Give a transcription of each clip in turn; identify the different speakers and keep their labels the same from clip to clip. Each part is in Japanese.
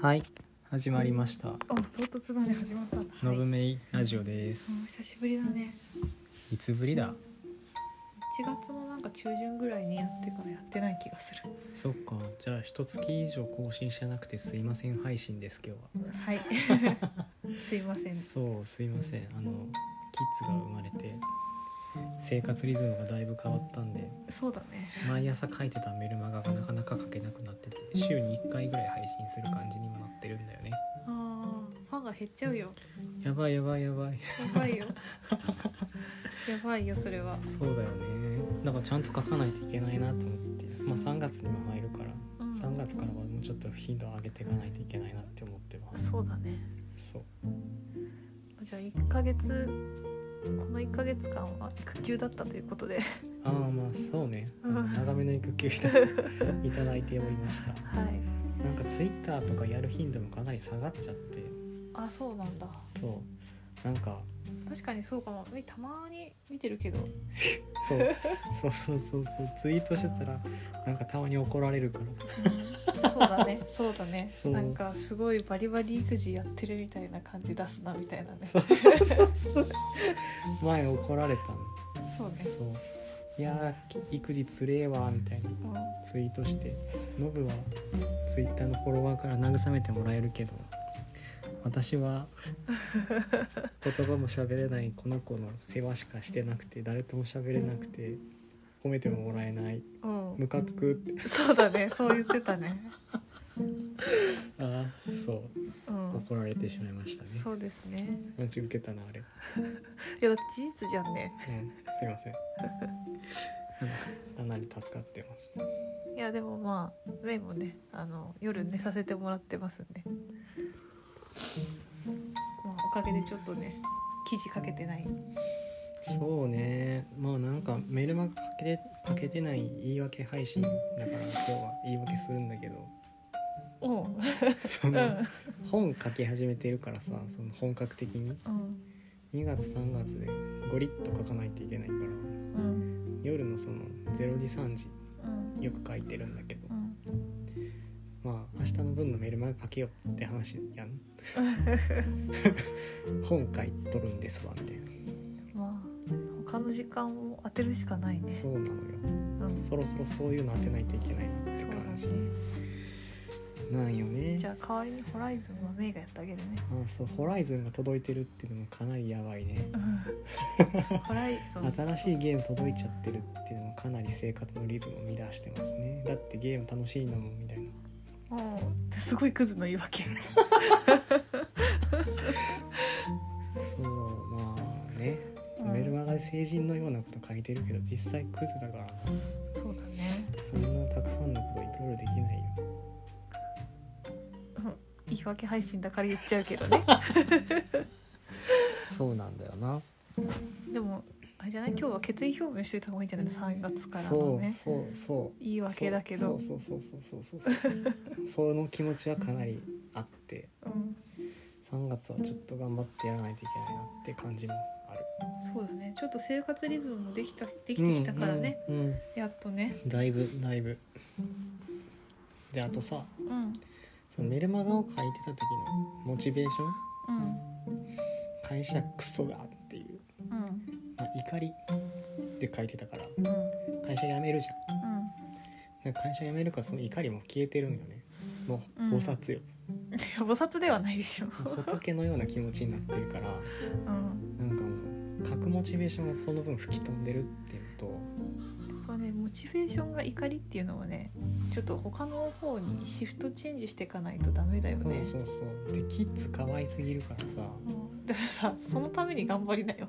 Speaker 1: はい始まりました
Speaker 2: お唐突だね始まったんだ
Speaker 1: 「のぶ
Speaker 2: はい、
Speaker 1: めいラジオ」です
Speaker 2: もう久しぶりだね
Speaker 1: いつぶりだ
Speaker 2: 1月のなんか中旬ぐらいにやってからやってない気がする
Speaker 1: そっかじゃあ一月以上更新してなくてすいません配信です今日
Speaker 2: はい すいません
Speaker 1: はそうすいませんあのキッズが生まれて生活リズムがだいぶ変わったんで
Speaker 2: そうだね
Speaker 1: 毎朝書いてたメルマガがなかなか書けなくなってて週に1回ぐらい配信する感じにもなってるんだよね
Speaker 2: あーファンが減っちゃうよ
Speaker 1: やばいやばいやばい
Speaker 2: やばいよやばいよそれは
Speaker 1: そうだよねだからちゃんと書かないといけないなと思ってまあ3月にも入るから
Speaker 2: うん
Speaker 1: 3月からはもうちょっと頻度を上げていかないといけないなって思ってます
Speaker 2: そうだね
Speaker 1: そう
Speaker 2: じゃあ1ヶ月この1ヶ月間は育休だったということで
Speaker 1: ああまあそうねあの
Speaker 2: うん
Speaker 1: 長めの育休いたいただいておりま した
Speaker 2: はい
Speaker 1: なんかツイッターとかやる頻度もかなり下がっちゃって
Speaker 2: あそうなんだ
Speaker 1: そうなんか
Speaker 2: 確かにそうかもみたまに見てるけど
Speaker 1: そう そうそうそうそうツイートしてたらなんかたまに怒られるから
Speaker 2: そうだね、 そうだね
Speaker 1: そう
Speaker 2: なんかすごいバリバリ育児やってるみたいな感じ出すなみたいなね。
Speaker 1: そうそうそうそう前怒られたの
Speaker 2: そうね。
Speaker 1: そういやー育児つれえわみたいな
Speaker 2: うん
Speaker 1: ツイートしてノブはツイッターのフォロワーから慰めてもらえるけど私は言葉も喋れないこの子の世話しかしてなくて誰とも喋れなくて褒めてももらえない
Speaker 2: うん、
Speaker 1: ムカつくって
Speaker 2: そうだね、そう言ってたね。
Speaker 1: ああそう
Speaker 2: う
Speaker 1: 怒
Speaker 2: ん、
Speaker 1: られてしまいましたね
Speaker 2: そうですね。
Speaker 1: 待ち受けたなあれ、
Speaker 2: いや、だって事実じゃんね。
Speaker 1: うん、すいません かなり助かってます
Speaker 2: いや、でも、まあ、メイもね、あの、夜寝させてもらってますんで。まあ、おかげでちょっとね、記事かけてない。
Speaker 1: そうねまあなんかメルマガかけてかけてない言い訳配信だから今日は言い訳するんだけど
Speaker 2: お う、
Speaker 1: そうの
Speaker 2: ん、
Speaker 1: 本書き始めてるからさその本格的に
Speaker 2: うん、
Speaker 1: 2月3月でゴリッと書かないといけないから
Speaker 2: うん、
Speaker 1: 夜のその0時3時
Speaker 2: うん、
Speaker 1: よく書いてるんだけど
Speaker 2: うん。
Speaker 1: まあ明日の分のメルマガ書けよって話やん 本書いとるんですわみたいな
Speaker 2: まあ、他の時間を当てるしかないね。
Speaker 1: そうなのよ
Speaker 2: うん
Speaker 1: そろそろそういうの当てないといけないなって
Speaker 2: そうだ
Speaker 1: 感
Speaker 2: ね
Speaker 1: じなんよね
Speaker 2: じゃあ代わりにホライズンはメイがやってあげる ね。
Speaker 1: あそうホライズンが届いてるっていうのもかなりやばいね
Speaker 2: ホライズン。
Speaker 1: 新しいゲーム届いちゃってるっていうのもかなり生活のリズムを乱してますねだってゲーム楽しいんだもんみたいな
Speaker 2: うん。すごいクズの言い訳。
Speaker 1: そうまあね
Speaker 2: うん
Speaker 1: メルマガで成人のようなこと書いてるけど実際クズだから
Speaker 2: そうだね。
Speaker 1: そんなたくさんのこといろいろできないよ
Speaker 2: うん言い訳配信だから言っちゃうけどね。
Speaker 1: そうなんだよな
Speaker 2: でもあれじゃない今日は決意表明しておいた方がいいんじゃないの？三月からの
Speaker 1: そう
Speaker 2: ね。
Speaker 1: そうそう
Speaker 2: 言い訳だけど。
Speaker 1: そうそうそうそうそうそうそうその気持ちはかなりあって
Speaker 2: うん。
Speaker 1: 3月はちょっと頑張ってやらないといけないなって感じもある
Speaker 2: そうだね。ちょっと生活リズムもできたできてきたからね。、
Speaker 1: うんうんうん
Speaker 2: やっとね。
Speaker 1: だいぶだいぶであとさ
Speaker 2: うん。
Speaker 1: そのメルマガを書いてた時のモチベーション
Speaker 2: うん。
Speaker 1: 会社クソがっていう、
Speaker 2: うん。
Speaker 1: まあ、怒りって書いてたから
Speaker 2: うん。
Speaker 1: 会社辞めるじゃんなんか会社辞めるからその怒りも消えてるんよねもう
Speaker 2: うん
Speaker 1: 菩薩よ、
Speaker 2: うん。いや菩薩ではないで しょ。
Speaker 1: 仏のような気持ちになってるから
Speaker 2: うん。
Speaker 1: なんかもう書くモチベーションがその分吹き飛んでるっていうのと
Speaker 2: これねモチベーションが怒りっていうのはねちょっと他の方にシフトチェンジしていかないとダメだよね、
Speaker 1: そうそうそうでキッズ可愛すぎるからさ
Speaker 2: うんだからさそのために頑張りなよ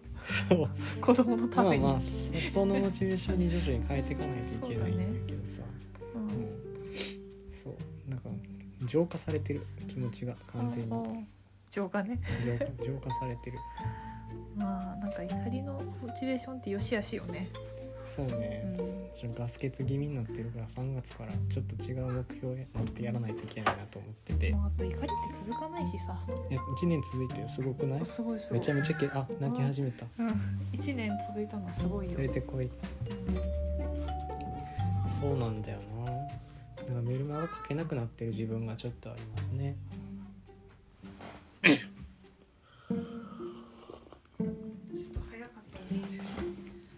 Speaker 1: そう
Speaker 2: 子供のた
Speaker 1: まあ
Speaker 2: めに、
Speaker 1: まあそ そのモチベーションに徐々に変えていかないといけないんだけどさ
Speaker 2: う
Speaker 1: うんんそうなんか浄化されてる気持ちが完全に
Speaker 2: う
Speaker 1: 浄
Speaker 2: ん情がね
Speaker 1: 化 浄化されてる
Speaker 2: まあなんか怒りのモチベーションってよし悪しよね、
Speaker 1: そう
Speaker 2: う
Speaker 1: ね、
Speaker 2: ん、
Speaker 1: ちょっとガス欠気味になってるから3月からちょっと違う目標へ持ってやらないといけないなと思ってて
Speaker 2: まああと怒りって続かないしさ
Speaker 1: 1年続いてすごくない
Speaker 2: すごいすご
Speaker 1: め
Speaker 2: い
Speaker 1: ちゃめちゃけあ泣き始めた
Speaker 2: うん、1年続いたのはすごいよ
Speaker 1: 連れてこいそうなんだよななんかメルマガ書けなくなってる自分がちょっとありますね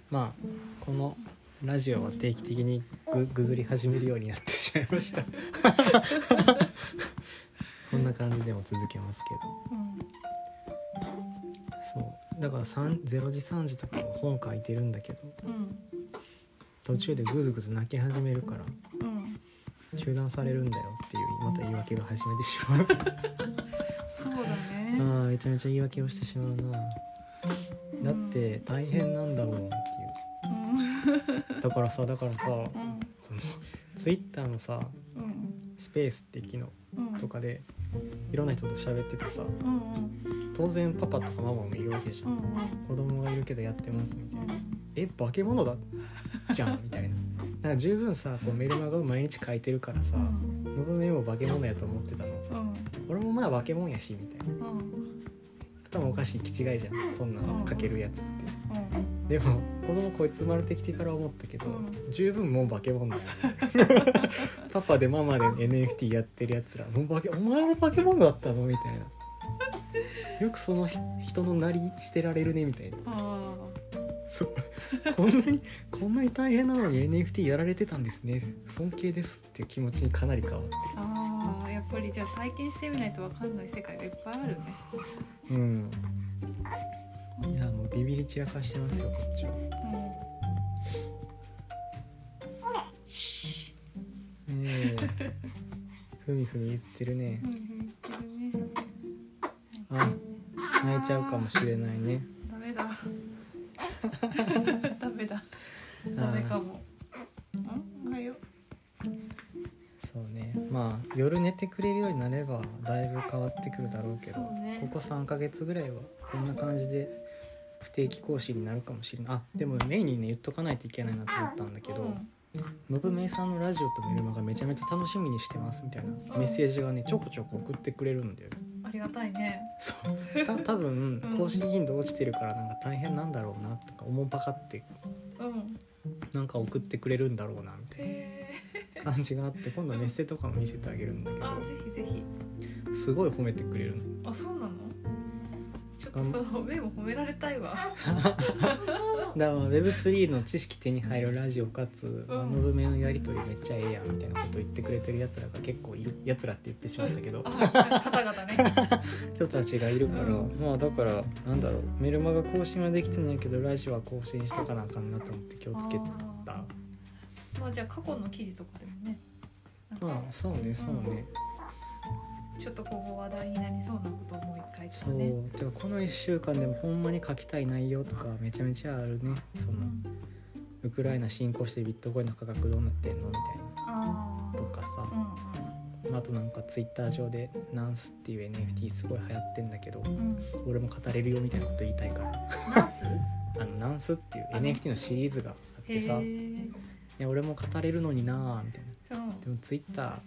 Speaker 1: まあこのラジオは定期的にぐぐずり始めるようになってしまいました こんな感じでも続けますけどそうだから3 0時3時とかも本書いてるんだけど
Speaker 2: うん
Speaker 1: 途中でぐずぐず泣き始めるから
Speaker 2: うんうん
Speaker 1: 中断されるんだよっていうまた言い訳が始めてしまう
Speaker 2: そうだ
Speaker 1: あ
Speaker 2: ね
Speaker 1: ーめちゃめちゃ言い訳をしてしまうなだって大変なんだもんってい
Speaker 2: うん
Speaker 1: うだからさだからさ
Speaker 2: うん
Speaker 1: そのツイッターのさ
Speaker 2: うん
Speaker 1: スペースって機能
Speaker 2: うん
Speaker 1: とかでいろんな人と喋っててさ
Speaker 2: うんうん
Speaker 1: 当然パパとかママもいるわけじゃ
Speaker 2: うん
Speaker 1: ん
Speaker 2: うん
Speaker 1: 子供がいるけどやってますみたいな
Speaker 2: う
Speaker 1: え化け物だじゃんみたいななんか十分さこうメルマガを毎日書いてるからさ
Speaker 2: ん
Speaker 1: のぶめも化け物やと思ってたの
Speaker 2: うん
Speaker 1: 俺もまあ化け物やしみたいな
Speaker 2: うん
Speaker 1: 頭おかしい気違いじゃんそんなのかけるやつって
Speaker 2: うん
Speaker 1: でも子供こいつ生まれてきてから思ったけど、
Speaker 2: う
Speaker 1: 十分もう化け物だよ、 パパでママで NFT やってるやつらもう化けお前も化け物だったのみたいなよくそのひ人のなりしてられるねみたいな
Speaker 2: あ
Speaker 1: そうこんなにこんなに大変なのに NFT やられてたんですね尊敬ですっていう気持ちにかなり変わって
Speaker 2: ーあーやっぱりじゃあ体験してみないとわかんない世界がいっぱいあるね
Speaker 1: うんいやもうビビり散らかしてますよこっちは。ねえふみふみ言ってるね
Speaker 2: うんうんうんね
Speaker 1: あ泣いちゃうかもしれないね
Speaker 2: ダメだダメだ ダメか
Speaker 1: あ
Speaker 2: もんおはよ
Speaker 1: そうねまあ夜寝てくれるようになればだいぶ変わってくるだろう
Speaker 2: う
Speaker 1: け
Speaker 2: そ
Speaker 1: ど
Speaker 2: う
Speaker 1: こ
Speaker 2: ね
Speaker 1: こ3ヶ月ぐらいはこんな感じで不定期更新になるかもしれないあでもメインにね言っとかないといけないなと思ったんだけ
Speaker 2: う
Speaker 1: ど
Speaker 2: ん
Speaker 1: のぶめいさんのラジオとメルマがめちゃめちゃ楽しみにしてますみたいなメッセージがねちょこちょこ送ってくれるんだよ
Speaker 2: ありがたいね
Speaker 1: そうた 多分
Speaker 2: うん
Speaker 1: 更新頻度落ちてるからなんか大変なんだろうなとかおもんぱかって
Speaker 2: うん
Speaker 1: なんか送ってくれるんだろうなみたい
Speaker 2: へ
Speaker 1: な感じがあ って今度メッセとかも見せてあげるんだけ
Speaker 2: ーあ
Speaker 1: ど
Speaker 2: ぜひぜひ
Speaker 1: すごい褒めてくれるの
Speaker 2: あそうなのちょっとそう目も褒められたいわ
Speaker 1: だから Web3 の知識手に入るラジオかつ「
Speaker 2: うん
Speaker 1: あの文明のやり取りめっちゃええやん」みたいなこと言ってくれてるやつらが結構いるやつらって言ってしまったけど
Speaker 2: あ方々ね
Speaker 1: 人たちがいるから、
Speaker 2: うん
Speaker 1: まあだからなんだろうメルマガ更新はできてないけどラジオは更新したかなあかんなと思って気をつけ
Speaker 2: あ
Speaker 1: た
Speaker 2: ーまあじゃあ過去の記事とかでもねなんか
Speaker 1: まあそうねそうね、
Speaker 2: ちょっと今後話題になりそうなことをもう一回と
Speaker 1: そ
Speaker 2: かね
Speaker 1: うてかこの1週間でもほんまに書きたい内容とかめちゃめちゃあるねそうの
Speaker 2: ん
Speaker 1: ウクライナ侵攻してビットコインの価格どうなってんのみたいな
Speaker 2: あ
Speaker 1: とかさ、
Speaker 2: あ
Speaker 1: あとなんかツイッター上で「ナンス」っていう NFT すごい流行ってんだけど
Speaker 2: うんうん
Speaker 1: 俺も語れるよみたいなこと言いたいから
Speaker 2: ナース
Speaker 1: あの「ナンス」っていう NFT のシリーズがあっ
Speaker 2: へ
Speaker 1: てさ「い
Speaker 2: え
Speaker 1: や俺も語れるのにな」みたいな
Speaker 2: うん
Speaker 1: でもツイッター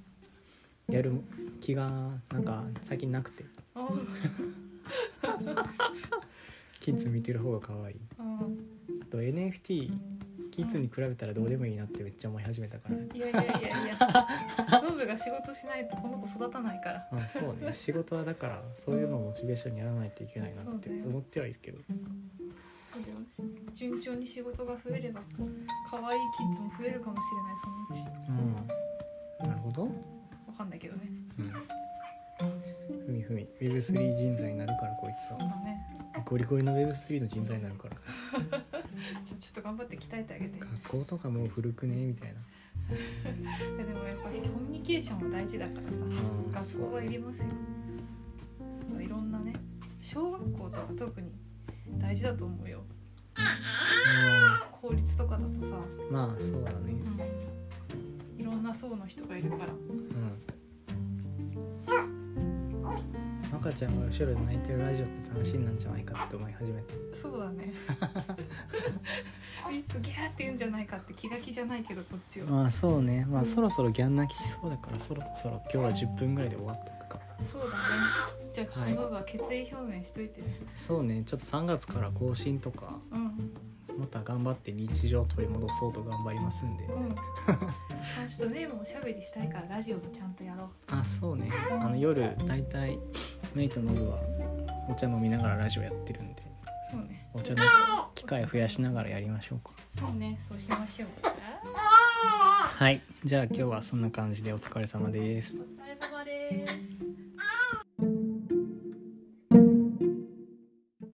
Speaker 1: やる気がなんか最近なくて
Speaker 2: あ
Speaker 1: キッズ見てる方が可愛い
Speaker 2: うん
Speaker 1: あと NFT キッズに比べたらどうでもいいなってめっちゃ思い始めたから
Speaker 2: いやいやいやいやノブが仕事しないとこの子育たないから
Speaker 1: まあそう ね仕事はだからそういうのをモチベーションにやらないといけないなって
Speaker 2: そうね
Speaker 1: 思ってはいるけど
Speaker 2: 順調に仕事が増えれば可愛いキッズも増えるかもしれないそのうち
Speaker 1: うんなるほど
Speaker 2: わかんないけどね
Speaker 1: ふみふみ Web3 人材になるからこいつ
Speaker 2: そう
Speaker 1: は
Speaker 2: だね
Speaker 1: ゴリゴリの Web3 の人材になるから
Speaker 2: ちょちょっと頑張って鍛えてあげていや
Speaker 1: 学校とかもう古くねみたいな
Speaker 2: でもやっぱりコミュニケーションは大事だからさ
Speaker 1: ん
Speaker 2: 学校はいりますよいろんなね小学校とか特に大事だと思うよ
Speaker 1: あ
Speaker 2: 公立とかだとさ、
Speaker 1: ーまあそうだね
Speaker 2: いろんな層の人がいるから
Speaker 1: うん赤ちゃんが後ろで泣いてるラジオって斬新なんじゃないかって思い始めた
Speaker 2: そうだね いつギャーって言うんじゃないかって気が気じゃないけどこっちは
Speaker 1: まあそうねまあそろそろギャン泣きしそうだからそろそろ今日は10分ぐらいで終わっとくか
Speaker 2: そうだねじゃあちょっとノブは決意表明しといてね、
Speaker 1: そうねちょっと3月から更新とか
Speaker 2: うん
Speaker 1: また頑張って日常を取り戻そうと頑張りますんで
Speaker 2: うんあちょっとねもうおしゃべりしたいからラジオもちゃんとやろう
Speaker 1: あそうねあの夜だいたいメイとノブはお茶飲みながらラジオやってるんで
Speaker 2: そうね
Speaker 1: お茶の機会増やしながらやりましょうか
Speaker 2: そうねそうしましょう
Speaker 1: はいじゃあ今日はそんな感じでお疲れ様です
Speaker 2: お疲れ様です